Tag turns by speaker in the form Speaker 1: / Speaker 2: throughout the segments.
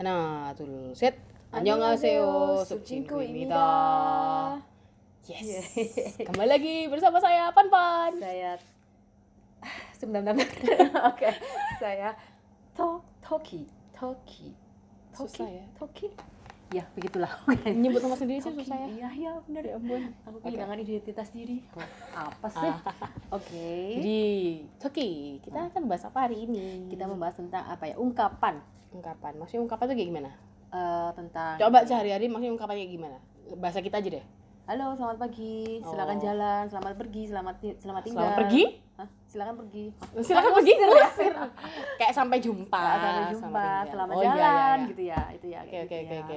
Speaker 1: 하나, 둘, 셋. 안녕하세요. 숙진구입니다. 예스. Kembali lagi bersama saya Panpan.
Speaker 2: saya sebentar oke saya to Toki Toki
Speaker 1: Susah ya.
Speaker 2: Toki ya begitulah oke
Speaker 1: Menyebut nama sendiri sih
Speaker 2: Toki.
Speaker 1: susah ya.
Speaker 2: iya iya benar ya ampun aku kehilangan identitas diri apa sih
Speaker 1: Ah,
Speaker 2: oke
Speaker 1: Jadi, Toki, kita akan bahas apa hari ini?
Speaker 2: kita membahas tentang apa ya ungkapan
Speaker 1: ungkapan. Maksudnya ungkapan tuh kayak gimana?
Speaker 2: eh, tentang
Speaker 1: Coba sehari-hari maksudnya ungkapan kayak gimana? Bahasa kita aja deh.
Speaker 2: halo selamat pagi silakan
Speaker 1: Oh.
Speaker 2: jalan selamat pergi selamat ti- selamat tinggal
Speaker 1: Selamat pergi.
Speaker 2: Hah? silakan pergi
Speaker 1: Silakan pergi. Ngusir. Kayak Ah, sampai jumpa.
Speaker 2: sampai
Speaker 1: selamat
Speaker 2: jumpa
Speaker 1: tinggal.
Speaker 2: selamat
Speaker 1: Oh, iya,
Speaker 2: jalan
Speaker 1: iya, iya.
Speaker 2: gitu ya itu ya
Speaker 1: Oke
Speaker 2: kayak
Speaker 1: oke
Speaker 2: gitu
Speaker 1: oke
Speaker 2: ya. Ah.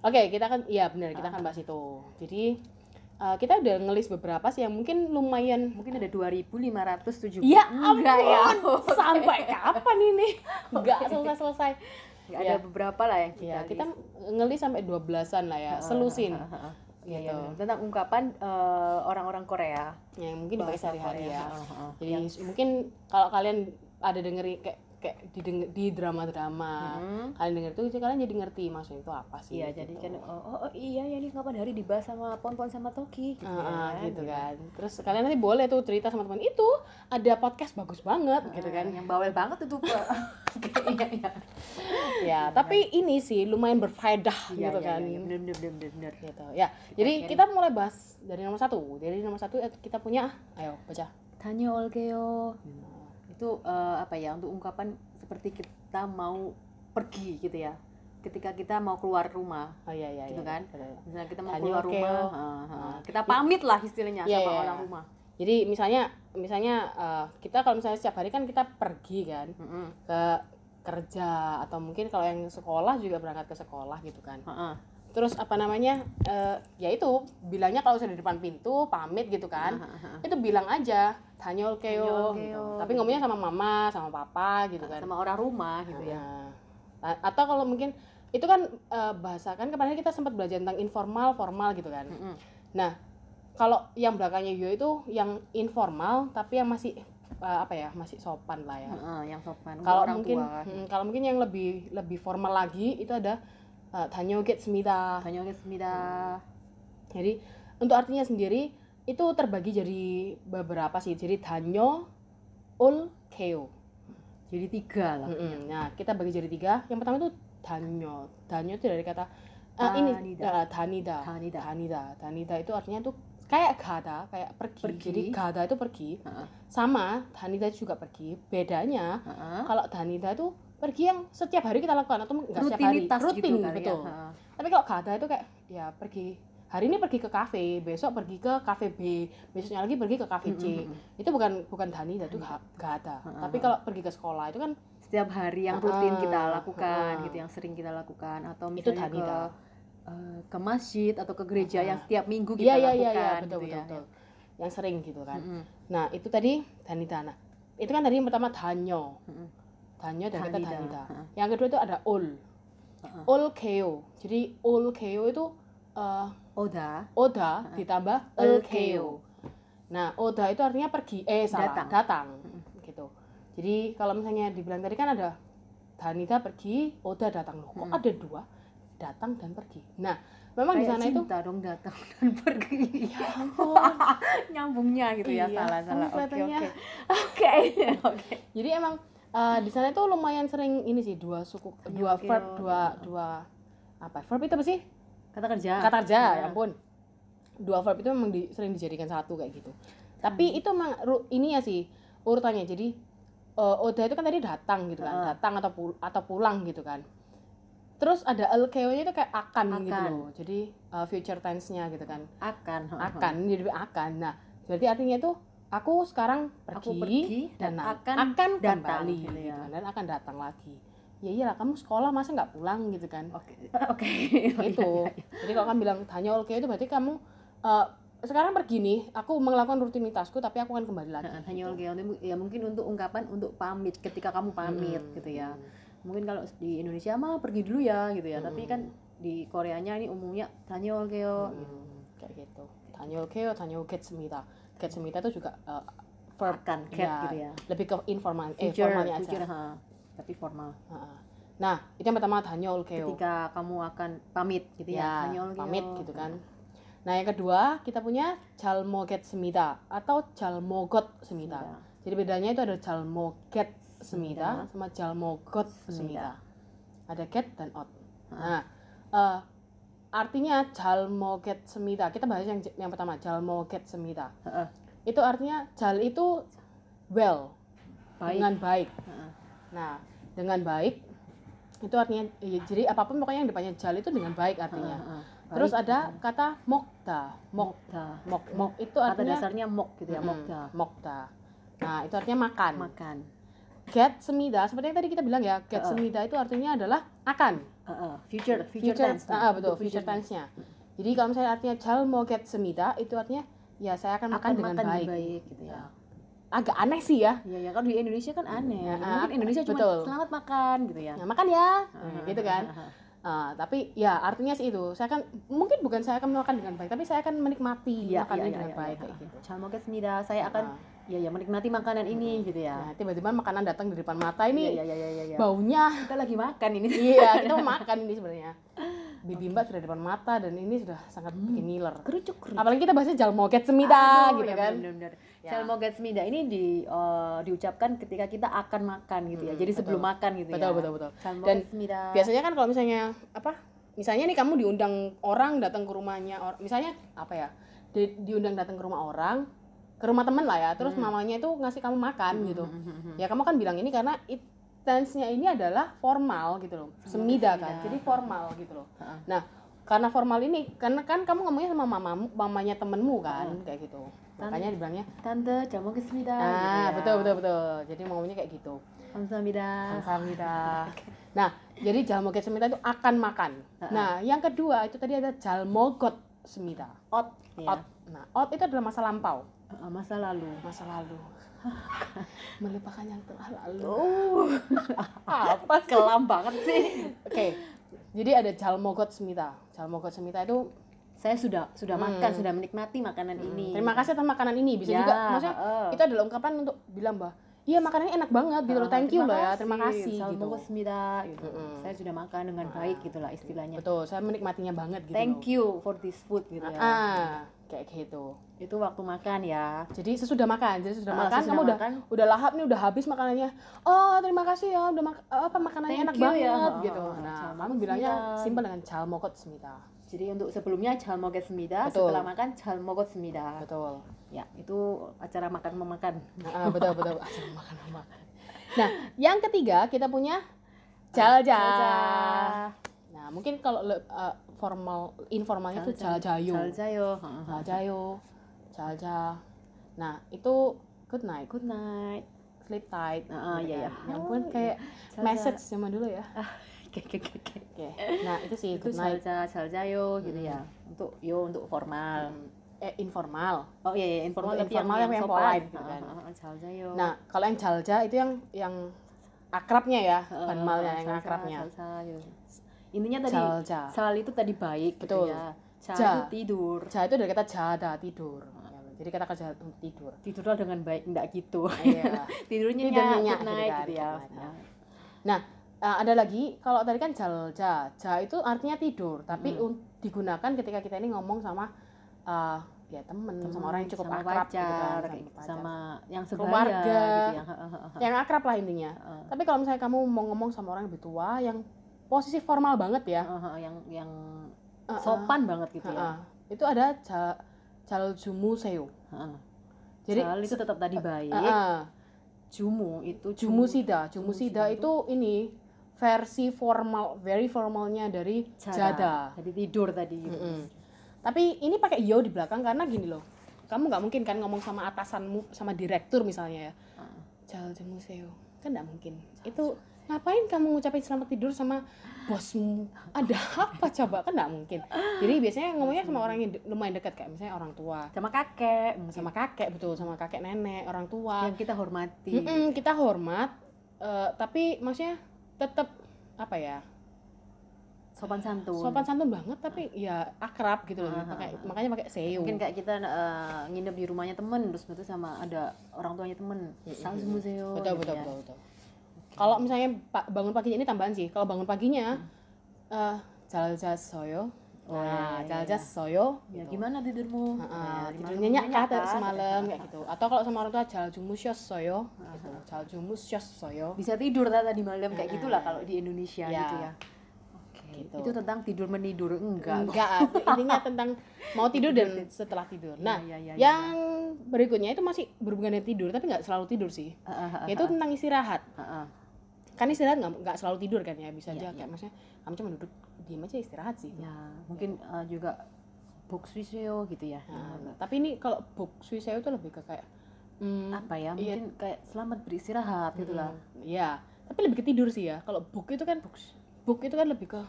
Speaker 1: oke. Oke kita akan, ya benar kita akan bahas itu. Jadi eh, kita udah ngelis beberapa sih yang mungkin lumayan.
Speaker 2: mungkin ada 2570
Speaker 1: Ya
Speaker 2: enggak ya
Speaker 1: ampun, sampai kapan ini? Enggak selesai selesai.
Speaker 2: Nggak ada
Speaker 1: Ya.
Speaker 2: beberapa lah yang kita gitu.
Speaker 1: Ya kita
Speaker 2: list.
Speaker 1: ngelis sampai 12-an lah ya, selusin.
Speaker 2: Ha, ha, ha. Iya, iya,
Speaker 1: Gitu.
Speaker 2: benar. tentang ungkapan eh, orang-orang Korea
Speaker 1: Yang mungkin dipakai
Speaker 2: Bahasa
Speaker 1: sehari-hari
Speaker 2: Korea. Iya.
Speaker 1: ya.
Speaker 2: Ha, ha, ha.
Speaker 1: Jadi mungkin kalau kalian ada dengerin kayak kayak di deng- di drama-drama
Speaker 2: Hmm.
Speaker 1: kalian denger itu kalian jadi ngerti maksudnya itu apa sih?
Speaker 2: Iya,
Speaker 1: gitu.
Speaker 2: jadi kan oh, oh, oh, iya ya ini kapan hari dibahas sama Ponpon sama Toki gitu,
Speaker 1: Ah, ah, gitu kan.
Speaker 2: Iya.
Speaker 1: Terus kalian nanti boleh tuh cerita sama teman itu ada podcast bagus banget gitu
Speaker 2: Ah,
Speaker 1: kan.
Speaker 2: yang bawel banget itu Pak. Iya, iya.
Speaker 1: Ya, tapi ini sih lumayan berfaedah
Speaker 2: Iya,
Speaker 1: gitu
Speaker 2: iya,
Speaker 1: kan.
Speaker 2: iya, bener bener bener bener, bener.
Speaker 1: Gitu. Ya. Jadi kita mulai bahas dari nomor satu. Dari nomor satu eh, kita punya ayo baca.
Speaker 2: Tanya Olgeo Hmm. itu eh, apa ya untuk ungkapan seperti kita mau pergi gitu ya ketika kita mau keluar rumah
Speaker 1: Oh iya iya
Speaker 2: Gitu
Speaker 1: iya.
Speaker 2: kan?
Speaker 1: Gitu, iya.
Speaker 2: misalnya kita mau
Speaker 1: Tanya
Speaker 2: keluar
Speaker 1: Olgeo.
Speaker 2: rumah ha, ha.
Speaker 1: Ah.
Speaker 2: kita pamit lah istilahnya
Speaker 1: Iya,
Speaker 2: sama
Speaker 1: iya,
Speaker 2: orang
Speaker 1: iya.
Speaker 2: rumah
Speaker 1: Jadi misalnya misalnya eh, kita kalau misalnya setiap hari kan kita pergi kan
Speaker 2: Mm-mm.
Speaker 1: ke kerja atau mungkin kalau yang sekolah juga berangkat ke sekolah gitu kan.
Speaker 2: Ha-ha.
Speaker 1: Terus apa namanya? eh, ya itu bilangnya kalau sudah di depan pintu pamit gitu kan.
Speaker 2: Ah,
Speaker 1: itu bilang aja tanyol
Speaker 2: Tanyol
Speaker 1: keo
Speaker 2: keo,
Speaker 1: gitu.
Speaker 2: gitu.
Speaker 1: tapi ngomongnya sama mama sama papa gitu kan
Speaker 2: sama orang rumah gitu ya
Speaker 1: Nah, a- atau kalau mungkin itu kan eh, bahasa kan kemarin kita sempat belajar tentang informal formal gitu kan
Speaker 2: Mm-mm.
Speaker 1: nah kalau yang belakangnya yo itu yang informal tapi yang masih eh, apa ya masih sopan lah ya
Speaker 2: Ha-ha, Ah, yang sopan
Speaker 1: kalau
Speaker 2: Hmm. orang
Speaker 1: mungkin
Speaker 2: tua
Speaker 1: mm, kalau mungkin yang lebih lebih formal lagi itu ada eh, tanyo get semida
Speaker 2: tanya ke semida
Speaker 1: jadi untuk artinya sendiri itu terbagi jadi beberapa sih. Jadi danyo, ul, keo.
Speaker 2: jadi tiga lah
Speaker 1: Mm-mm. Nah kita bagi jadi tiga. Yang pertama itu danyo. Danyo itu dari kata ah, ini
Speaker 2: Tanida.
Speaker 1: ah, tanida.
Speaker 2: Tanida.
Speaker 1: Tanida. Tanida itu artinya itu kayak gada, kayak pergi.
Speaker 2: Pergi.
Speaker 1: Jadi gada itu pergi.
Speaker 2: Ha-ha.
Speaker 1: Sama tanida juga pergi. Bedanya
Speaker 2: Ha-ha.
Speaker 1: kalau danida itu pergi yang setiap hari kita lakukan atau enggak setiap hari.
Speaker 2: rutinitas
Speaker 1: Rutin,
Speaker 2: gitu kan
Speaker 1: betul.
Speaker 2: ya. Ha-ha.
Speaker 1: Tapi kalau kata itu kayak ya pergi hari ini pergi ke kafe, besok pergi ke kafe B, besoknya lagi pergi ke kafe C.
Speaker 2: Mm-mm. Iya.
Speaker 1: Itu bukan bukan Dani, itu ga- gada.
Speaker 2: Mm-mm.
Speaker 1: Tapi kalau pergi ke sekolah itu kan
Speaker 2: setiap hari yang rutin
Speaker 1: Ha-ha.
Speaker 2: kita lakukan
Speaker 1: Ha-ha.
Speaker 2: gitu yang sering kita lakukan atau
Speaker 1: Itu
Speaker 2: misalnya ke
Speaker 1: tanida.
Speaker 2: eh, ke masjid atau ke gereja
Speaker 1: Ha-ha.
Speaker 2: yang setiap minggu kita
Speaker 1: iya iya
Speaker 2: lakukan
Speaker 1: iya iya,
Speaker 2: gitu
Speaker 1: betul betul,
Speaker 2: ya.
Speaker 1: betul. Yang sering gitu kan.
Speaker 2: Mm-mm.
Speaker 1: Nah, itu tadi Dani Dana. Itu kan tadi yang pertama Danyo.
Speaker 2: Mm-mm.
Speaker 1: Danyo dan kata
Speaker 2: Tanida.
Speaker 1: Danida.
Speaker 2: Mm-mm.
Speaker 1: Yang kedua itu ada ol.
Speaker 2: Mm-mm.
Speaker 1: Ol keo. Jadi ol keo itu eh,
Speaker 2: Oda
Speaker 1: oda ditambah el keo.
Speaker 2: Elkeo.
Speaker 1: Nah, oda itu artinya pergi, eh salah,
Speaker 2: Datang.
Speaker 1: datang, gitu. Jadi kalau misalnya dibilang tadi kan ada Danita pergi, oda datang loh. Kok
Speaker 2: Hmm.
Speaker 1: ada dua? Datang dan pergi. Nah, memang di
Speaker 2: Kayak
Speaker 1: sana itu
Speaker 2: cinta dong datang dan pergi.
Speaker 1: ya ampun.
Speaker 2: Nyambungnya gitu ya,
Speaker 1: Iya,
Speaker 2: salah
Speaker 1: kamu
Speaker 2: salah. Oke
Speaker 1: kelihatannya.
Speaker 2: oke. Oke oke.
Speaker 1: Jadi emang eh, di sana itu lumayan sering ini sih dua suku, dua
Speaker 2: Oke,
Speaker 1: verb,
Speaker 2: oke.
Speaker 1: dua dua apa? ya, Verb itu apa sih?
Speaker 2: Kata kerja.
Speaker 1: Kata kerja,
Speaker 2: Iya.
Speaker 1: ya ampun. Dua verb itu memang di- sering dijadikan satu kayak gitu. Tapi itu emang ru- ini ya sih urutannya. Jadi eh, Oda itu kan tadi datang gitu kan,
Speaker 2: Heeh.
Speaker 1: datang atau pul- atau pulang gitu kan. Terus ada LKO-nya itu kayak akan, gitu
Speaker 2: Akan. Ah,
Speaker 1: loh. Jadi eh, future tense-nya gitu kan.
Speaker 2: akan.
Speaker 1: Akan jadi akan. Nah, berarti artinya itu aku sekarang pergi,
Speaker 2: Aku pergi
Speaker 1: dan
Speaker 2: dan
Speaker 1: akan,
Speaker 2: akan
Speaker 1: akan
Speaker 2: datang,
Speaker 1: kembali
Speaker 2: gitu ya.
Speaker 1: gitu kan. dan akan datang lagi. Ya iyalah kamu sekolah masa nggak pulang gitu kan
Speaker 2: Oke oke. iya,
Speaker 1: itu gitu. jadi kalau kamu bilang tanya oke itu berarti kamu eh, sekarang pergi nih aku melakukan rutinitasku tapi aku akan kembali lagi Gitu.
Speaker 2: Hanya olga ya mungkin untuk ungkapan untuk pamit ketika kamu pamit
Speaker 1: Hmm.
Speaker 2: gitu ya. Mungkin kalau di Indonesia mah pergi dulu ya gitu ya. Tapi kan di Koreanya ini umumnya tanya
Speaker 1: gitu.
Speaker 2: olga
Speaker 1: ya, Hmm, kayak gitu tanya oke tanya oke semita get semita itu juga eh, verb
Speaker 2: akan cat
Speaker 1: ya,
Speaker 2: gitu ya
Speaker 1: lebih ke informal eh
Speaker 2: future
Speaker 1: formalnya aja
Speaker 2: future, ha. tapi formal
Speaker 1: Heeh. nah itu yang pertama tanyol keo
Speaker 2: ketika kamu akan pamit gitu ya,
Speaker 1: ya,
Speaker 2: Tanyol
Speaker 1: pamit
Speaker 2: gitu.
Speaker 1: gitu kan nah yang kedua kita punya jalmoget semita atau jalmogot semita
Speaker 2: Semita.
Speaker 1: Jadi bedanya itu ada jalmoget semita
Speaker 2: Semida.
Speaker 1: sama jalmogot
Speaker 2: Semida.
Speaker 1: semita. Ada get dan out.
Speaker 2: Ah.
Speaker 1: Nah, eh, artinya jalmoget semita. Kita bahas yang yang pertama jalmoget semita.
Speaker 2: Heeh.
Speaker 1: Itu artinya jal itu well,
Speaker 2: baik
Speaker 1: dengan baik.
Speaker 2: Heeh.
Speaker 1: Nah, dengan baik itu artinya ya, jadi apapun pokoknya yang depannya jal itu dengan baik artinya.
Speaker 2: Heeh, heeh.
Speaker 1: Terus
Speaker 2: Baik,
Speaker 1: ada
Speaker 2: gitu.
Speaker 1: kata mokta. Mok
Speaker 2: mokta
Speaker 1: mok mok itu
Speaker 2: kata
Speaker 1: artinya
Speaker 2: dasarnya mok gitu ya
Speaker 1: Mm-mm,
Speaker 2: mokta
Speaker 1: mokta. Nah, itu artinya makan.
Speaker 2: makan
Speaker 1: get semida seperti yang tadi kita bilang ya get
Speaker 2: Heeh.
Speaker 1: semida itu artinya adalah akan
Speaker 2: Heeh, future future,
Speaker 1: future,
Speaker 2: tense
Speaker 1: ah, ah, betul future tense nya jadi kalau misalnya artinya jal mau get semida itu artinya ya saya akan, makan
Speaker 2: akan
Speaker 1: dengan
Speaker 2: makan
Speaker 1: baik. Iya.
Speaker 2: baik. baik gitu ya
Speaker 1: agak aneh sih ya
Speaker 2: Iya ya, kalau di Indonesia kan aneh.
Speaker 1: Ya,
Speaker 2: Mungkin
Speaker 1: ah,
Speaker 2: Indonesia cuma
Speaker 1: betul.
Speaker 2: selamat makan gitu ya.
Speaker 1: ya, makan ya
Speaker 2: Ah,
Speaker 1: gitu kan
Speaker 2: ah, ah,
Speaker 1: Ah, tapi ya artinya sih itu saya akan mungkin bukan saya akan makan dengan baik tapi saya akan menikmati
Speaker 2: Iya,
Speaker 1: makannya
Speaker 2: iya,
Speaker 1: dengan
Speaker 2: iya,
Speaker 1: baik
Speaker 2: iya.
Speaker 1: kayak gitu
Speaker 2: Cal Mogesnida, saya akan
Speaker 1: Ah.
Speaker 2: ya ya menikmati makanan ini gitu ya.
Speaker 1: nah tiba-tiba makanan datang di depan mata ini
Speaker 2: Iya ya ya ya ya.
Speaker 1: baunya
Speaker 2: Kita lagi makan ini.
Speaker 1: iya kita mau makan ini sebenarnya bibimbap sudah di depan mata dan ini sudah sangat
Speaker 2: Hmm.
Speaker 1: bikin ngiler
Speaker 2: Kerucuk kerucuk.
Speaker 1: Hmm. apalagi kita bahasnya jalmoget semida
Speaker 2: Aduh,
Speaker 1: gitu
Speaker 2: ya,
Speaker 1: kan
Speaker 2: bener-bener.
Speaker 1: Ya.
Speaker 2: Cal Mogesnida ini di eh, diucapkan ketika kita akan makan gitu ya.
Speaker 1: Mm,
Speaker 2: Jadi
Speaker 1: betul.
Speaker 2: sebelum makan gitu ya.
Speaker 1: betul betul betul
Speaker 2: Cal
Speaker 1: Dan
Speaker 2: Mogesnida.
Speaker 1: biasanya kan kalau misalnya apa misalnya nih kamu diundang orang datang ke rumahnya or- misalnya apa ya di- diundang datang ke rumah orang ke rumah temen lah ya terus
Speaker 2: Hmm.
Speaker 1: mamanya itu ngasih kamu makan gitu ya kamu kan bilang ini karena it, tense-nya ini adalah formal gitu loh semida kan
Speaker 2: semida.
Speaker 1: jadi formal gitu loh
Speaker 2: Heeh.
Speaker 1: nah karena formal ini karena kan kamu ngomongnya sama mamamu mamanya temenmu kan kayak gitu
Speaker 2: Kan-
Speaker 1: makanya dibilangnya
Speaker 2: Tante gitu Cal Mogesnida.
Speaker 1: ah
Speaker 2: ya. iya."
Speaker 1: betul betul betul jadi maunya kayak gitu
Speaker 2: Kamsahamnida.
Speaker 1: Kamsahamnida. Nah, jadi jalmoget semita itu akan makan. Nah, yang kedua itu tadi ada jalmogot semita.
Speaker 2: Ot. ya.
Speaker 1: Ot. Nah, ot itu adalah masa lampau,
Speaker 2: Ah, Masa lalu.
Speaker 1: masa lalu. Melupakan yang telah lalu.
Speaker 2: Oh,
Speaker 1: Apa sih?
Speaker 2: kelam banget sih.
Speaker 1: Oke. Jadi ada jalmogot semita. Jalmogot semita itu
Speaker 2: Saya sudah sudah makan, sudah menikmati makanan ini.
Speaker 1: Hmm. terima kasih atas makanan ini. Bisa
Speaker 2: Ya,
Speaker 1: juga maksudnya
Speaker 2: heeh.
Speaker 1: itu adalah ungkapan untuk bilang bahwa iya makanannya enak banget gitu loh.
Speaker 2: Ah,
Speaker 1: Thank you loh ya. Terima kasih
Speaker 2: Salam
Speaker 1: gitu. Nah,
Speaker 2: Bogosmida, gitu. Saya sudah makan dengan baik gitulah istilahnya.
Speaker 1: Betul, saya menikmatinya banget gitu.
Speaker 2: Thank you for this food gitu
Speaker 1: loh.
Speaker 2: ya.
Speaker 1: Ah, kayak gitu.
Speaker 2: Itu waktu makan ya.
Speaker 1: Jadi sesudah makan, jadi sesudah
Speaker 2: Ah,
Speaker 1: makan
Speaker 2: sesudah
Speaker 1: kamu udah
Speaker 2: makan.
Speaker 1: udah lahap nih, udah habis makanannya. Oh, terima kasih ya, udah mak- apa makanannya
Speaker 2: Thank
Speaker 1: enak
Speaker 2: you
Speaker 1: banget
Speaker 2: ya. Ah,
Speaker 1: gitu.
Speaker 2: ah,
Speaker 1: Nah,
Speaker 2: jalmokot
Speaker 1: kamu bilangnya
Speaker 2: semida.
Speaker 1: simpel dengan jalmokot semita.
Speaker 2: Jadi untuk sebelumnya Jalmogesmida,
Speaker 1: Betul.
Speaker 2: setelah makan Jalmogesmida.
Speaker 1: Betul.
Speaker 2: Ya, itu acara makan memakan.
Speaker 1: Nah, ah, betul betul. Asal makan makan. Nah, yang ketiga kita punya jalja. Nah, mungkin kalau le- eh, formal informalnya itu jaljayo.
Speaker 2: Jaljayo. Heeh.
Speaker 1: Jaljayo. Jalja. Nah, itu good night,
Speaker 2: Good night.
Speaker 1: sleep tight.
Speaker 2: Ah,
Speaker 1: gitu kan.
Speaker 2: iya, iya.
Speaker 1: Ya ampun
Speaker 2: Oh,
Speaker 1: kayak
Speaker 2: Jalja.
Speaker 1: message zaman dulu ya.
Speaker 2: Oke, oke, oke, oke.
Speaker 1: Oke. Nah, itu sih
Speaker 2: itu
Speaker 1: good night Mm-hmm.
Speaker 2: salja saljayo gitu ya untuk yo untuk formal
Speaker 1: eh informal.
Speaker 2: oh iya iya informal
Speaker 1: Untuk
Speaker 2: tapi yang,
Speaker 1: informal
Speaker 2: yang,
Speaker 1: yang
Speaker 2: sopan
Speaker 1: polite gitu kan.
Speaker 2: Ah, ah, ah, saljayo
Speaker 1: Nah, kalau yang jalja itu yang yang akrabnya ya,
Speaker 2: Ah,
Speaker 1: banmalnya yang
Speaker 2: salsa,
Speaker 1: akrabnya.
Speaker 2: salsa, gitu. intinya tadi
Speaker 1: Salja.
Speaker 2: sal itu tadi baik
Speaker 1: Betul.
Speaker 2: gitu ya sal
Speaker 1: Ja.
Speaker 2: itu tidur
Speaker 1: Ja itu dari kata jada tidur. Iya, Jadi kata kerja untuk tidur.
Speaker 2: tidurlah dengan baik enggak gitu
Speaker 1: Iya.
Speaker 2: tidurnya
Speaker 1: Tidur
Speaker 2: nyenyak,
Speaker 1: nyenyak
Speaker 2: good
Speaker 1: gitu
Speaker 2: night
Speaker 1: kan,
Speaker 2: gitu ya
Speaker 1: good night. Nah, eh, ada lagi kalau tadi kan jalja. Ja itu artinya tidur, tapi
Speaker 2: Hmm.
Speaker 1: un- digunakan ketika kita ini ngomong sama eh, ya temen, sama orang yang cukup
Speaker 2: Hmm, sama
Speaker 1: akrab gitu kan,
Speaker 2: pacar,
Speaker 1: sama
Speaker 2: kayak-
Speaker 1: pacar.
Speaker 2: sama yang sebaya
Speaker 1: Keluarga.
Speaker 2: gitu ya Ah, ah, ah, ah.
Speaker 1: yang akrab lah intinya.
Speaker 2: Heeh.
Speaker 1: Tapi kalau misalnya kamu mau ngomong sama orang yang lebih tua, yang posisi formal banget ya,
Speaker 2: Ah, ah, yang yang
Speaker 1: Ah,
Speaker 2: sopan banget gitu ya
Speaker 1: Heeh. itu ada ja, jaljumu seyo.
Speaker 2: Ah, ah.
Speaker 1: Jadi
Speaker 2: Jal itu tetap tadi baik
Speaker 1: heeh.
Speaker 2: Jumu itu
Speaker 1: jumusida, jumusida itu ini versi formal, very formalnya dari jada.
Speaker 2: Jadi tidur tadi. gitu.
Speaker 1: Mm-mm. Tapi ini pakai yo di belakang karena gini loh, kamu nggak mungkin kan ngomong sama atasanmu, sama direktur misalnya ya,
Speaker 2: Heeh.
Speaker 1: jaljumu seyo, kan nggak mungkin. Itu ngapain kamu ngucapin selamat tidur sama bosmu? Ada apa coba? Kan nggak mungkin. Jadi biasanya ngomongnya sama orang yang de- lumayan dekat kayak misalnya orang tua.
Speaker 2: Sama kakek,
Speaker 1: sama kakek betul sama kakek nenek orang tua Gitu.
Speaker 2: yang kita hormati.
Speaker 1: Iya. Mm-mm, kita hormat eh, tapi maksudnya tetap apa ya
Speaker 2: sopan santun
Speaker 1: sopan santun banget tapi ya akrab gitu loh
Speaker 2: Ah, ah,
Speaker 1: pakai
Speaker 2: ah.
Speaker 1: makanya pakai seo
Speaker 2: mungkin kayak kita eh, nginep di rumahnya temen terus itu sama ada orang tuanya temen
Speaker 1: mm,
Speaker 2: salam Gitu
Speaker 1: mm.
Speaker 2: museo
Speaker 1: betul betul betul, betul. kalau misalnya pa- bangun paginya ini tambahan sih kalau bangun paginya eh jaljas soyo
Speaker 2: Oh,
Speaker 1: nah
Speaker 2: iya, iya,
Speaker 1: jaljas soyo
Speaker 2: ya
Speaker 1: gitu.
Speaker 2: gimana tidurmu
Speaker 1: Ah, ah,
Speaker 2: Ya,
Speaker 1: tidur
Speaker 2: malam
Speaker 1: nyenyak
Speaker 2: nyenyak
Speaker 1: kah
Speaker 2: kan?
Speaker 1: semalam
Speaker 2: Ah,
Speaker 1: kayak
Speaker 2: ah,
Speaker 1: gitu atau kalau sama orang tua jaljumus yos soyo gitu jaljumus yos soyo
Speaker 2: bisa tidur lah tadi malam kayak
Speaker 1: Ah,
Speaker 2: gitulah
Speaker 1: ah.
Speaker 2: kalau di Indonesia
Speaker 1: Ya.
Speaker 2: gitu ya oke
Speaker 1: Gitu.
Speaker 2: itu tentang tidur menidur enggak
Speaker 1: enggak ah. intinya tentang mau tidur dan setelah tidur nah
Speaker 2: Iya, iya, iya,
Speaker 1: yang berikutnya itu masih berhubungan dengan tidur tapi nggak selalu tidur sih
Speaker 2: Ah, ah, ah,
Speaker 1: yaitu tentang istirahat
Speaker 2: ah, ah.
Speaker 1: kan istirahat nggak nggak selalu tidur kan ya bisa aja
Speaker 2: Iya,
Speaker 1: kayak maksudnya kamu cuma duduk diem aja istirahat sih Nah,
Speaker 2: ya mungkin eh, juga box wiseo gitu ya
Speaker 1: Nah, tapi ini kalau book Swiss saya itu lebih ke kayak hmm,
Speaker 2: apa ya
Speaker 1: Iya.
Speaker 2: mungkin kayak selamat beristirahat gitu lah
Speaker 1: hmm, iya tapi lebih ke tidur sih ya kalau book itu kan book itu kan lebih ke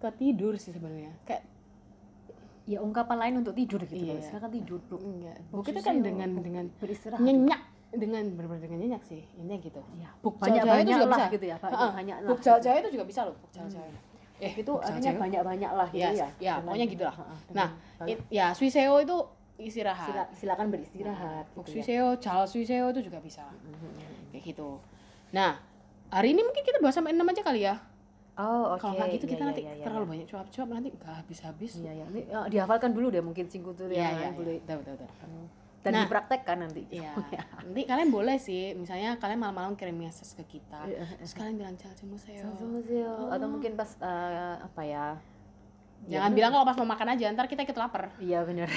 Speaker 1: ke tidur sih sebenarnya kayak
Speaker 2: ya ungkapan lain untuk tidur gitu
Speaker 1: Iya.
Speaker 2: loh silakan tidur bro
Speaker 1: enggak book
Speaker 2: Book
Speaker 1: itu kan
Speaker 2: Swiss-nya
Speaker 1: dengan
Speaker 2: book
Speaker 1: dengan
Speaker 2: beristirahat
Speaker 1: nyenyak dengan benar dengan nyenyak sih intinya gitu
Speaker 2: ya
Speaker 1: Book
Speaker 2: banyak
Speaker 1: jauh-jauh itu
Speaker 2: banyak
Speaker 1: juga
Speaker 2: lah
Speaker 1: bisa.
Speaker 2: gitu ya
Speaker 1: Heeh,
Speaker 2: banyak lah
Speaker 1: book jauh-jauh itu juga bisa loh book jauh-jauh eh
Speaker 2: itu
Speaker 1: book
Speaker 2: artinya
Speaker 1: jauh-jauh.
Speaker 2: banyak banyak lah gitu
Speaker 1: Yes,
Speaker 2: ya
Speaker 1: ya,
Speaker 2: Dengan-
Speaker 1: pokoknya gitu lah.
Speaker 2: Heeh,
Speaker 1: nah
Speaker 2: dengan-
Speaker 1: it- ya Swiseo itu istirahat
Speaker 2: Sila- silakan beristirahat
Speaker 1: book
Speaker 2: gitu ya.
Speaker 1: Swiseo jal Swiseo itu juga bisa
Speaker 2: Mhm.
Speaker 1: kayak gitu nah hari ini mungkin kita bahas sampai 6 aja kali ya
Speaker 2: oh oke
Speaker 1: kalau nggak gitu
Speaker 2: Iya,
Speaker 1: kita
Speaker 2: iya,
Speaker 1: nanti
Speaker 2: iya, iya,
Speaker 1: terlalu
Speaker 2: iya.
Speaker 1: banyak cuap-cuap nanti nggak habis-habis
Speaker 2: Iya, iya. Ini, eh, dihafalkan dulu deh mungkin singgung tuh
Speaker 1: Iya,
Speaker 2: ya,
Speaker 1: iya,
Speaker 2: boleh
Speaker 1: iya. Betul, betul, betul.
Speaker 2: dan
Speaker 1: Nah.
Speaker 2: dipraktekkan nanti
Speaker 1: Iya. Nanti kalian boleh sih, misalnya kalian malam-malam kirim message ke kita.
Speaker 2: Iya.
Speaker 1: Terus kalian bilang jalan sama saya.
Speaker 2: Sama museo atau mungkin pas eh, apa ya
Speaker 1: Jangan bilang kalau pas mau makan aja, ntar kita ikut lapar.
Speaker 2: iya benar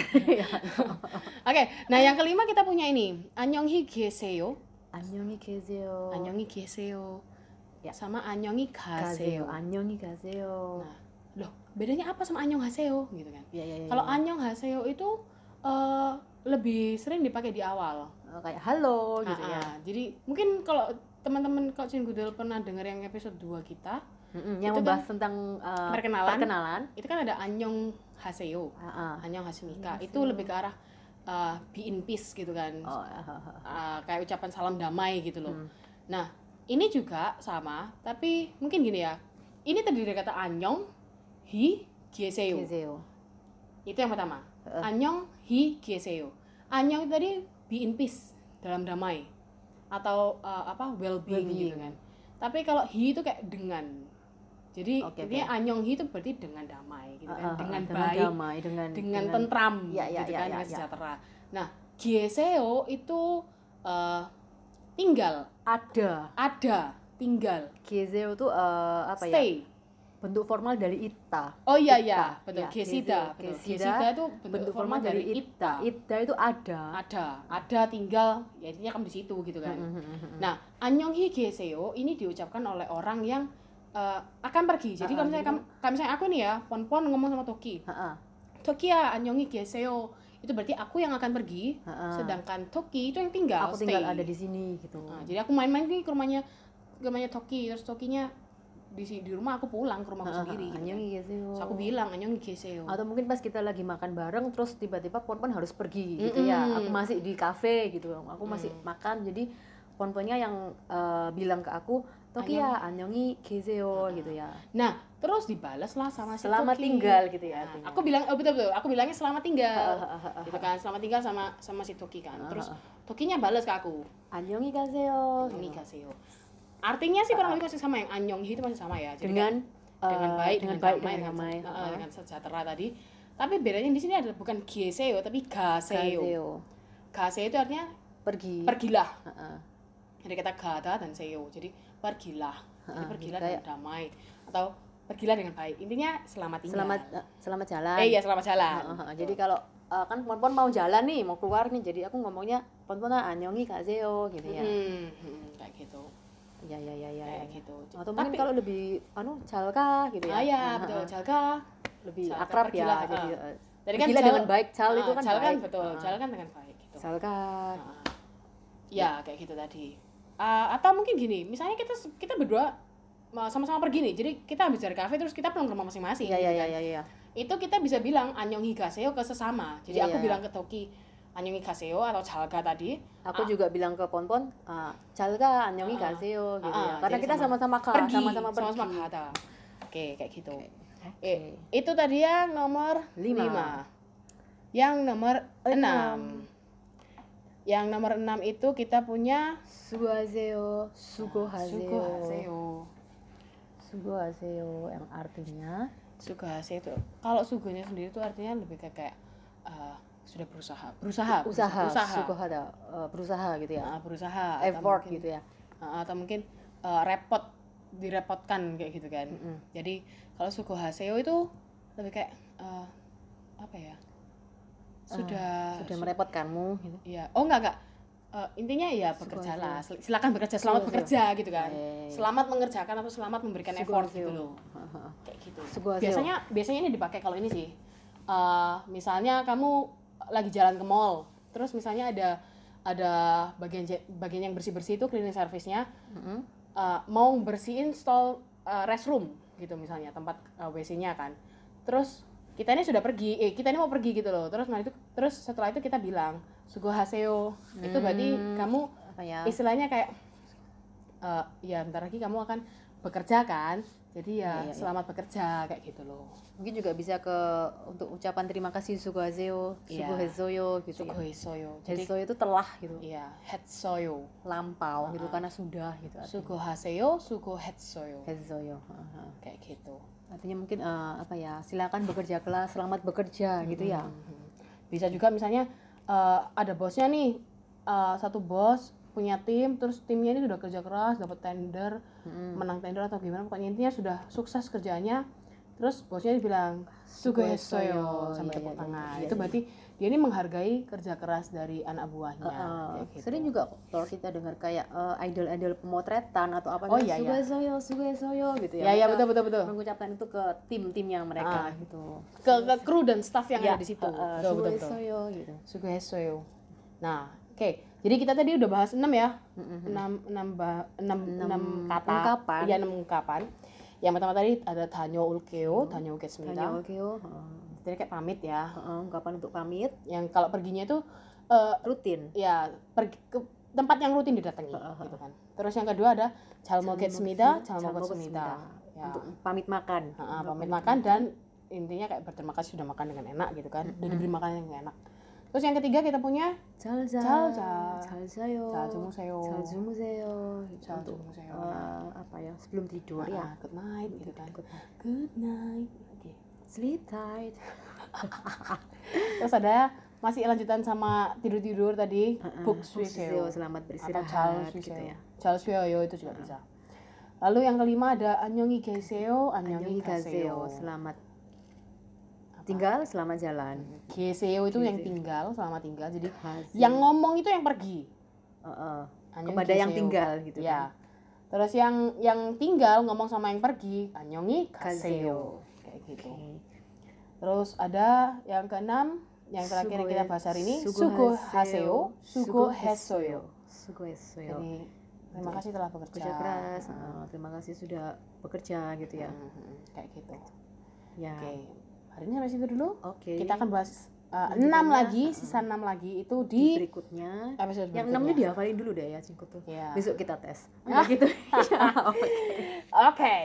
Speaker 1: Oke, nah yang kelima kita punya ini, Anyonghi Geseo,
Speaker 2: Annyeonghi kaseyo
Speaker 1: Anyongi Geseo.
Speaker 2: Oh. Ya.
Speaker 1: Sama Anyongi Gaseo.
Speaker 2: kaseyo Annyeonghi kaseyo
Speaker 1: Nah, loh, bedanya apa sama Anyong Haseo gitu kan?
Speaker 2: Iya, iya, iya,
Speaker 1: Kalau
Speaker 2: iya.
Speaker 1: Anyong Haseo itu eh, lebih sering dipakai di awal.
Speaker 2: Oh, kayak halo gitu
Speaker 1: Ah,
Speaker 2: ya
Speaker 1: ah. Jadi mungkin kalau teman-teman kalau Cin Gudel pernah dengar yang episode 2 kita,
Speaker 2: Mm-mm, yang
Speaker 1: Itu kan
Speaker 2: membahas tentang eh,
Speaker 1: perkenalan.
Speaker 2: perkenalan.
Speaker 1: itu kan ada Anyong Haseo,
Speaker 2: Ah, ah.
Speaker 1: Anyong Hasenika.
Speaker 2: Annyeong
Speaker 1: Itu
Speaker 2: Haseo.
Speaker 1: lebih ke arah eh, be in peace gitu kan.
Speaker 2: Oh, ah, ah, ah.
Speaker 1: Ah, kayak ucapan salam damai gitu loh.
Speaker 2: Hmm.
Speaker 1: Nah, ini juga sama, tapi mungkin gini ya. Ini terdiri dari kata Anyong, Hi, Geseo.
Speaker 2: Kaseyo.
Speaker 1: Itu yang pertama.
Speaker 2: Heeh.
Speaker 1: Anyong hi geseo. Anyong itu tadi be in peace, dalam damai atau uh, apa well-being
Speaker 2: Well-being.
Speaker 1: gitu kan. Tapi kalau hi itu kayak dengan. Jadi
Speaker 2: Oke,
Speaker 1: intinya
Speaker 2: oke.
Speaker 1: anyong hi itu berarti dengan damai gitu
Speaker 2: Ah,
Speaker 1: kan,
Speaker 2: ah, ah,
Speaker 1: dengan baik,
Speaker 2: damai, dengan
Speaker 1: dengan tentram
Speaker 2: Ya, ya,
Speaker 1: gitu
Speaker 2: ya,
Speaker 1: kan,
Speaker 2: ya,
Speaker 1: dengan
Speaker 2: ya.
Speaker 1: sejahtera. Nah, geseo itu uh, tinggal,
Speaker 2: ada
Speaker 1: ada, tinggal,
Speaker 2: Kaseyo tuh eh, apa ya
Speaker 1: stay.
Speaker 2: bentuk formal dari ita
Speaker 1: Oh iya iya,
Speaker 2: Ipta,
Speaker 1: betul.
Speaker 2: ya,
Speaker 1: Gesida, betul.
Speaker 2: gesida.
Speaker 1: Gesida itu bentuk, formal dari ipta.
Speaker 2: ita itu ada
Speaker 1: ada ada tinggal ya intinya kamu di situ gitu kan nah anyonghi geseo ini diucapkan oleh orang yang eh, akan pergi jadi
Speaker 2: Ah,
Speaker 1: kalau
Speaker 2: ah,
Speaker 1: misalnya
Speaker 2: jadi-
Speaker 1: kamu kalau misalnya aku nih ya pon pon ngomong sama Toki
Speaker 2: Heeh,
Speaker 1: Toki ya anyonghi geseo itu berarti aku yang akan pergi
Speaker 2: heeh.
Speaker 1: sedangkan Toki itu yang tinggal
Speaker 2: Ah. aku tinggal
Speaker 1: stay.
Speaker 2: ada di sini gitu
Speaker 1: Nah, jadi aku main-main nih ke rumahnya ke rumahnya Toki terus Tokinya di si- di rumah aku pulang ke rumahku
Speaker 2: Heeh,
Speaker 1: sendiri gitu kan.
Speaker 2: Annyeonghi kaseyo.
Speaker 1: Terus aku bilang anyonghi geseo
Speaker 2: atau mungkin pas kita lagi makan bareng terus tiba-tiba ponpon harus pergi gitu ya
Speaker 1: Mm-mm. Mm.
Speaker 2: aku masih di kafe gitu aku masih makan jadi ponponnya yang eh, bilang ke aku Toki ya anyongi keseo gitu ya
Speaker 1: nah terus dibalaslah sama si
Speaker 2: selamat
Speaker 1: Toki.
Speaker 2: tinggal gitu ya
Speaker 1: Nah,
Speaker 2: artinya.
Speaker 1: aku bilang oh betul betul aku bilangnya selamat tinggal
Speaker 2: Hahaha.
Speaker 1: gitu kan selamat tinggal sama sama si Toki kan terus Tokinya balas ke aku
Speaker 2: anyongi gitu. kaseo
Speaker 1: ini kaseo artinya sih kurang lebih masih sama yang anyong itu masih sama ya Jadi
Speaker 2: dengan
Speaker 1: kayak dengan
Speaker 2: eh,
Speaker 1: baik
Speaker 2: dengan baik
Speaker 1: damai,
Speaker 2: dengan damai
Speaker 1: dengan, eh,
Speaker 2: Heeh.
Speaker 1: dengan sejahtera tadi tapi bedanya di sini adalah bukan geseo tapi E gaseo
Speaker 2: Kaseo.
Speaker 1: gaseo E itu artinya
Speaker 2: pergi
Speaker 1: pergilah
Speaker 2: Heeh.
Speaker 1: dari kata gada dan seo jadi pergilah jadi
Speaker 2: Ah,
Speaker 1: pergilah
Speaker 2: kayak-
Speaker 1: dengan damai atau pergilah dengan baik intinya selamat tinggal
Speaker 2: selamat eh, selamat jalan
Speaker 1: eh iya selamat jalan
Speaker 2: Heeh, heeh. jadi kalau eh, kan ponpon mau jalan nih mau keluar nih jadi aku ngomongnya ponpon ah, anyongi kaseo gitu ya
Speaker 1: Hmm, hmm, kayak gitu
Speaker 2: ya ya ya ya, ya.
Speaker 1: kayak gitu
Speaker 2: atau mungkin kalau lebih anu jalka gitu ya
Speaker 1: Ah ya,
Speaker 2: Nah,
Speaker 1: betul
Speaker 2: heeh.
Speaker 1: jaga.
Speaker 2: lebih
Speaker 1: Jalka,
Speaker 2: akrab ya
Speaker 1: pergilah,
Speaker 2: jadi
Speaker 1: heeh.
Speaker 2: eh,
Speaker 1: Jadi kan
Speaker 2: pergilah
Speaker 1: jal-
Speaker 2: dengan baik cal
Speaker 1: Ah,
Speaker 2: itu kan
Speaker 1: jal kan
Speaker 2: baik.
Speaker 1: betul,
Speaker 2: Heeh.
Speaker 1: jal kan dengan baik gitu.
Speaker 2: jalka
Speaker 1: Ah. Ya, kayak gitu tadi. Ah, atau mungkin gini, misalnya kita kita berdua ah, sama-sama pergi nih. Jadi kita habis dari kafe terus kita pulang ke rumah masing-masing.
Speaker 2: iya
Speaker 1: gitu
Speaker 2: iya
Speaker 1: kan.
Speaker 2: iya iya ya.
Speaker 1: Itu kita bisa bilang anyong higaseo ke sesama. Jadi
Speaker 2: Iya,
Speaker 1: aku
Speaker 2: iya.
Speaker 1: bilang ke Toki anyong higaseo atau jalga tadi.
Speaker 2: aku
Speaker 1: Ah.
Speaker 2: juga bilang ke ponpon ah, jalka anyongi
Speaker 1: Ah,
Speaker 2: kaseo gitu
Speaker 1: ah,
Speaker 2: ya
Speaker 1: ah.
Speaker 2: karena
Speaker 1: Jadi
Speaker 2: kita
Speaker 1: sama-
Speaker 2: sama-sama ka
Speaker 1: pergi
Speaker 2: sama-sama pergi
Speaker 1: sama-sama kata. Oke, kayak gitu.
Speaker 2: Oke.
Speaker 1: Eh, itu tadi ya nomor
Speaker 2: Lima.
Speaker 1: 5. Yang nomor 6.
Speaker 2: Enam.
Speaker 1: Yang nomor 6 itu kita punya Ah,
Speaker 2: Suaseo, sugohaseo.
Speaker 1: sugohaseo.
Speaker 2: Sugohaseo yang artinya
Speaker 1: Sugahase itu kalau sugonya sendiri itu artinya lebih kayak kayak eh, sudah berusaha, berusaha,
Speaker 2: usaha,
Speaker 1: berusaha.
Speaker 2: sugohada, eh, berusaha gitu ya.
Speaker 1: Ah, berusaha atau
Speaker 2: Effort
Speaker 1: mungkin-
Speaker 2: gitu ya.
Speaker 1: Ah, atau mungkin eh, repot direpotkan kayak gitu kan.
Speaker 2: Mm-mm.
Speaker 1: Jadi kalau sugohaseo itu lebih kayak eh, apa ya? Sudah
Speaker 2: Ah, Sudah merepotkanmu gitu.
Speaker 1: Iya, oh enggak enggak. Eh, intinya ya bekerjalah. Sil- Silakan bekerja, selamat
Speaker 2: Sugohaseo.
Speaker 1: bekerja gitu kan.
Speaker 2: Ya, ya, ya.
Speaker 1: Selamat mengerjakan atau selamat memberikan effort
Speaker 2: Sugohaseo.
Speaker 1: gitu loh. Kayak gitu.
Speaker 2: Sugohaseo.
Speaker 1: Biasanya biasanya ini dipakai kalau ini sih. Eh, misalnya kamu lagi jalan ke mall, terus misalnya ada ada bagian ja- bagian yang bersih-bersih itu cleaning service-nya
Speaker 2: Mm-mm.
Speaker 1: eh, mau bersihin stall eh, restroom gitu misalnya tempat eh, WC-nya kan. Terus kita ini sudah pergi, eh kita ini mau pergi gitu loh. Terus nah itu terus setelah itu kita bilang sugohaseo. Itu berarti
Speaker 2: Hmm.
Speaker 1: kamu
Speaker 2: Apa ya?
Speaker 1: istilahnya kayak eh, ya bentar lagi kamu akan bekerja kan. Jadi ya
Speaker 2: Iya, iya, iya.
Speaker 1: selamat bekerja kayak gitu loh.
Speaker 2: Mungkin juga bisa ke untuk ucapan terima kasih sugohaseo,
Speaker 1: Iya.
Speaker 2: sugohesoyo gitu. ya.
Speaker 1: Sugohesoyo. Jadi
Speaker 2: Hesoyo itu telah gitu,
Speaker 1: iya, hetsoyo.
Speaker 2: lampau gitu
Speaker 1: Ah.
Speaker 2: karena sudah gitu. artinya.
Speaker 1: Sugohaseo, sugohetsoyo.
Speaker 2: Hesoyo. ah, ah.
Speaker 1: Kayak gitu.
Speaker 2: Artinya mungkin eh, apa ya? Silakan bekerja kelas, selamat bekerja gitu ya.
Speaker 1: Mhm. Bisa juga misalnya eh, ada bosnya nih, eh, satu bos punya tim, terus timnya ini sudah kerja keras, dapat tender,
Speaker 2: Mm-mm.
Speaker 1: menang tender atau gimana, pokoknya intinya sudah sukses kerjanya. Terus bosnya bilang sugohesoyo
Speaker 2: Sugohesoyo,
Speaker 1: sama
Speaker 2: iya,
Speaker 1: tepuk
Speaker 2: iya,
Speaker 1: tangan.
Speaker 2: iya,
Speaker 1: Itu
Speaker 2: iya.
Speaker 1: berarti dia ini menghargai kerja keras dari anak buahnya.
Speaker 2: Heeh.
Speaker 1: kayak gitu.
Speaker 2: Sering juga kok kalau kita dengar kayak eh, idol-idol pemotretan atau apa
Speaker 1: Oh,
Speaker 2: gitu,
Speaker 1: iya, iya.
Speaker 2: "Sugohesoyo, sugohesoyo," gitu
Speaker 1: Ya
Speaker 2: ya.
Speaker 1: ya
Speaker 2: Mereka
Speaker 1: betul betul betul.
Speaker 2: Mengucapkan itu ke tim-timnya
Speaker 1: Ah.
Speaker 2: mereka gitu.
Speaker 1: Ke, ke kru dan staff yang
Speaker 2: Ya,
Speaker 1: ada di situ. Betul,
Speaker 2: heeh,
Speaker 1: betul, betul.
Speaker 2: "Sugohesoyo," gitu.
Speaker 1: Sugohesoyo. Nah, oke. Jadi kita tadi udah bahas 6 ya.
Speaker 2: Mm-mm.
Speaker 1: enam enam ba- enam
Speaker 2: Enam
Speaker 1: enam kata
Speaker 2: ungkapan.
Speaker 1: iya enam ungkapan yang pertama tadi ada tanyo ulkeo tanyo uke
Speaker 2: Tanya
Speaker 1: semita
Speaker 2: oke oh, heeh.
Speaker 1: jadi kayak pamit ya
Speaker 2: Heeh, ungkapan untuk pamit
Speaker 1: yang kalau perginya itu eh,
Speaker 2: rutin.
Speaker 1: ya pergi ke tempat yang rutin didatangi
Speaker 2: Heeh, heeh.
Speaker 1: gitu kan terus yang kedua ada jalmo
Speaker 2: Jalmo
Speaker 1: ke semita
Speaker 2: kesmi-
Speaker 1: jalmo
Speaker 2: jalmo
Speaker 1: ke semita
Speaker 2: kesmita.
Speaker 1: ya
Speaker 2: Untuk pamit makan.
Speaker 1: Heeh, pamit makan dan intinya kayak berterima kasih sudah makan dengan enak gitu kan dan
Speaker 2: Mm-mm.
Speaker 1: diberi makanan yang enak terus yang ketiga kita punya
Speaker 2: Jalja.
Speaker 1: Jalja.
Speaker 2: Jaljayo.
Speaker 1: jaljumu seo
Speaker 2: Jaljumu seo. Gitu, untuk,
Speaker 1: jaljumu seo
Speaker 2: eh, apa ya? Sebelum tidur ya.
Speaker 1: good night gitu kan
Speaker 2: Ikut-
Speaker 1: good night Oke.
Speaker 2: Sleep tight.
Speaker 1: Terus ada masih lanjutan sama tidur-tidur tadi,
Speaker 2: Heeh,
Speaker 1: book
Speaker 2: Seo,
Speaker 1: suiseo
Speaker 2: selamat
Speaker 1: atau jal
Speaker 2: beristirahat gitu
Speaker 1: suiseo.
Speaker 2: ya.
Speaker 1: Jal suiseo itu juga bisa. Lalu yang kelima ada anyongi geiseo, anyongi
Speaker 2: Annyeonghi
Speaker 1: gaseo.
Speaker 2: gaseo. Selamat tinggal, selamat jalan.
Speaker 1: Geiseo itu yang
Speaker 2: Geiseo.
Speaker 1: tinggal, selama tinggal. Jadi
Speaker 2: Gaseo.
Speaker 1: yang ngomong itu yang pergi.
Speaker 2: Heeh,
Speaker 1: Annyeonghi
Speaker 2: kepada yang
Speaker 1: geiseo.
Speaker 2: tinggal gitu
Speaker 1: ya.
Speaker 2: kan.
Speaker 1: Terus yang yang tinggal ngomong sama yang pergi, anyongi gaseo.
Speaker 2: Gaseo.
Speaker 1: Kayak gitu.
Speaker 2: Oke.
Speaker 1: Terus ada yang keenam, yang terakhir yang kita bahas hari ini, sugo haseo, sugo hesoyo.
Speaker 2: Sugo hesoyo.
Speaker 1: Jadi terima kasih telah bekerja.
Speaker 2: Kerja keras.
Speaker 1: Mm,
Speaker 2: eh, terima kasih sudah bekerja gitu ya.
Speaker 1: mm, mm, Kayak gitu. Oke,
Speaker 2: Ya.
Speaker 1: hari ini sampai situ dulu.
Speaker 2: Oke.
Speaker 1: Kita akan bahas uh,
Speaker 2: Lanjutannya,
Speaker 1: enam lagi,
Speaker 2: mm.
Speaker 1: sisa enam lagi itu
Speaker 2: di
Speaker 1: di
Speaker 2: berikutnya.
Speaker 1: episode
Speaker 2: Yang enamnya
Speaker 1: berikutnya.
Speaker 2: dihafalin dulu deh ya, Cingku tuh.
Speaker 1: Ya. Oke,
Speaker 2: Besok kita tes. Enggak gitu. Ya, oke.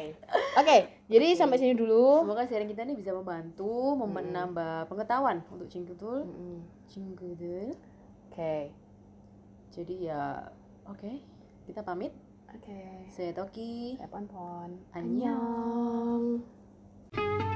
Speaker 1: oke. Jadi sampai sini dulu.
Speaker 2: Semoga sharing kita ini bisa membantu mem-
Speaker 1: Mm-mm.
Speaker 2: menambah pengetahuan untuk Cingkutul.
Speaker 1: Mm-mm.
Speaker 2: Cingkutul.
Speaker 1: Oke,
Speaker 2: Jadi ya oke, kita pamit.
Speaker 1: oke.
Speaker 2: Saya Toki.
Speaker 1: Saya Pon Pon.
Speaker 2: Annyeong.
Speaker 1: Annyeong.